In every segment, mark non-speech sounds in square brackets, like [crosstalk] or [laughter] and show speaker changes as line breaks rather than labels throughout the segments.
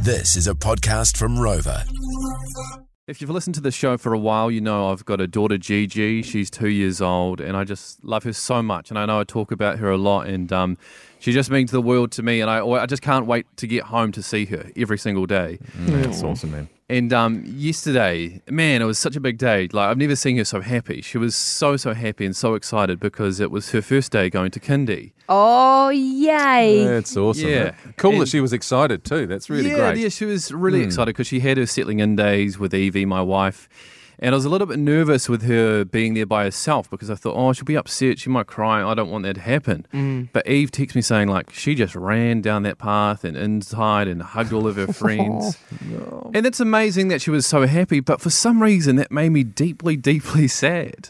This is a podcast from Rover.
If you've listened to the show for a while, you know I've got a daughter, Gigi. She's two years old, and I just love her so much. And I know I talk about her a lot, and um, she just means the world to me. And I, I just can't wait to get home to see her every single day.
That's awesome, man.
And um, yesterday, man, it was such a big day. Like I've never seen her so happy. She was so so happy and so excited because it was her first day going to kindy.
Oh, yay.
That's awesome.
Yeah.
man. Cool that
And-
she was excited too. That's really
yeah,
great. Hmm.
Yeah, she was really excited because she had her settling in days with Evie, my wife. And I was a little bit nervous with her being there by herself because I thought, oh, she'll be upset. She might cry. I don't want that to happen. But Eve texts me saying, like, she just ran down that path and inside and hugged all of
[laughs]
her friends.
Oh,
And it's amazing that she was so happy. But for some reason, that made me deeply, deeply [laughs] sad.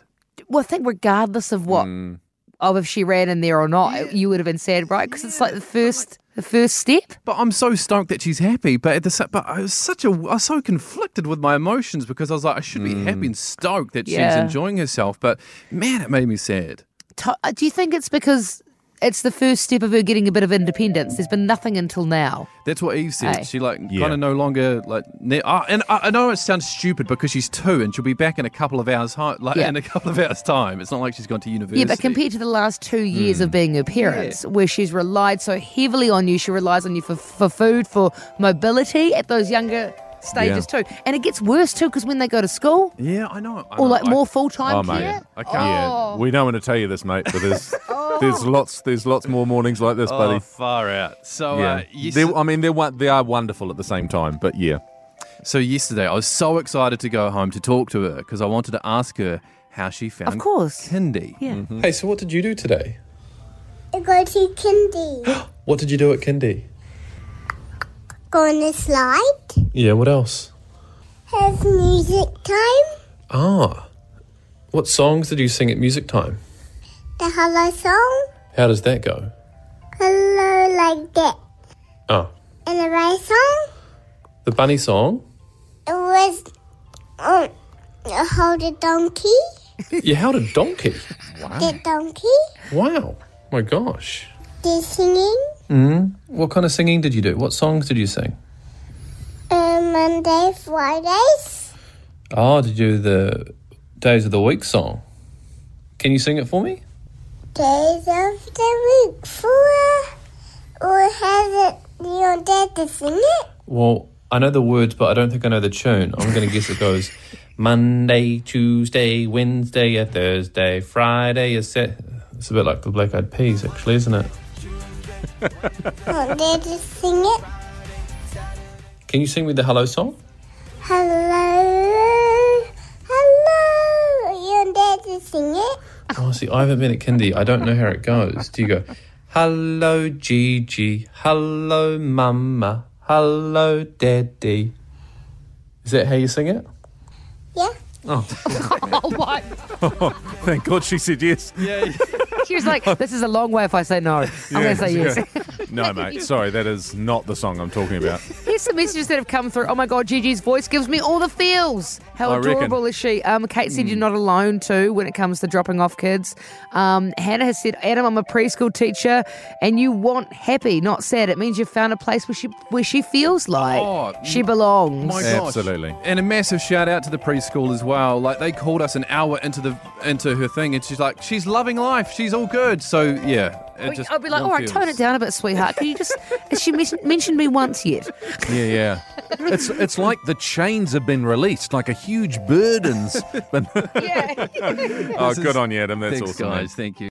Well, I think regardless of what,
Mm.
of if she ran in there or not, you would have been sad, right? Because it's like the first, the first step.
But I'm so stoked that she's happy. But at the sa- but I was such a I was so conflicted with my emotions because I was like I should
Hmm.
be happy and stoked that she's
Yeah.
enjoying herself. But man, it made me sad.
To- uh, Do you think it's because it's the first step of her getting a bit of independence? There's been nothing until now.
That's what Eve said.
Aye.
She like
Yeah.
kind of no longer like. Ne- oh, and I, I know it sounds stupid because she's two and she'll be back in a couple of hours. Hi- like
Yeah.
in a couple of hours time. It's not like she's gone to university.
Yeah, but compared to the last two years
Mm.
of being her parents, where she's relied so heavily on you, she relies on you for, for food, for mobility at those younger stages too. And it gets worse too because when they go to school
yeah, I know. I
or
know.
like
I-
more full time
Oh, mate.
care. [laughs]
I can't. Oh.
Yeah, we don't want to tell you this, mate,
[laughs]
but there's there's lots there's lots more mornings like this,
Oh,
buddy.
far out. So uh,
Yeah,
yes-
They're- I mean they're won- they are wonderful at the same time, but
[laughs]
yeah,
So yesterday, I was so excited to go home to talk to her because I wanted to ask her how she found Mm-hmm.
Of course.
Kindy.
Yeah.
Hey, so what did you do today?
Go to kindy.
What did you do at Kindy?
Go on a slide.
Yeah, what else?
Have music time.
Ah. What songs did you sing at music time?
The hello song.
How does that go?
Hello like that.
Oh,
And the right song.
the bunny song?
It was um hold a donkey.
You held a donkey.
The donkey.
Wow. My gosh.
The singing.
What kind of singing did you do? What songs did you sing?
Uh, Monday, Fridays.
Oh, did you do the Days of the Week song? Can you sing it for me?
Days of the week for or has it your dad to sing it?
Well, I know the words, but I don't think I know the tune. I'm going to guess it goes Monday, Tuesday, Wednesday, a Thursday, Friday, a set. It's a bit like the Black Eyed Peas, actually, isn't it?
Your dad to sing it.
Can you sing me the Hello song?
Hello. Hello. Your dad to sing it.
Oh, see, I haven't been at kindy. I don't know how it goes. Do you go, hello, Gigi, hello, mama, hello, daddy? Is that how you sing it?
Yeah.
Oh my
thank God she said yes.
She was like, "This is a long way. If I say
[laughs]
no, I'm going to say yes."
[laughs] No, mate, sorry, that is not the song I'm talking about.
Here's some messages that have come through. Oh my God, Gigi's voice gives me all the feels. How
I reckon.
adorable is she? Um, Kate said you're
Hmm.
not alone too when it comes to dropping off kids. Um, Hannah has said, "Adam, I'm a preschool teacher, and you want happy, not sad. It means you've found a place where she where she feels like
Oh,
she belongs."
My [laughs] gosh.
Absolutely.
And a massive shout out to the preschool as well. Like they called us an hour into the into her thing and she's like, She's loving life, she's all good. So yeah. It just
I'll be like,
warm
all right,
feels.
tone it down a bit, sweetheart. Can you just? [laughs] has she men- mentioned me once yet?
Yeah,
[laughs]
yeah. It's it's like the chains have been released, like a huge burden's been
[laughs]
Yeah.
Oh, good on you, Adam. That's
Thanks,
awesome. mate.
guys. Thank you.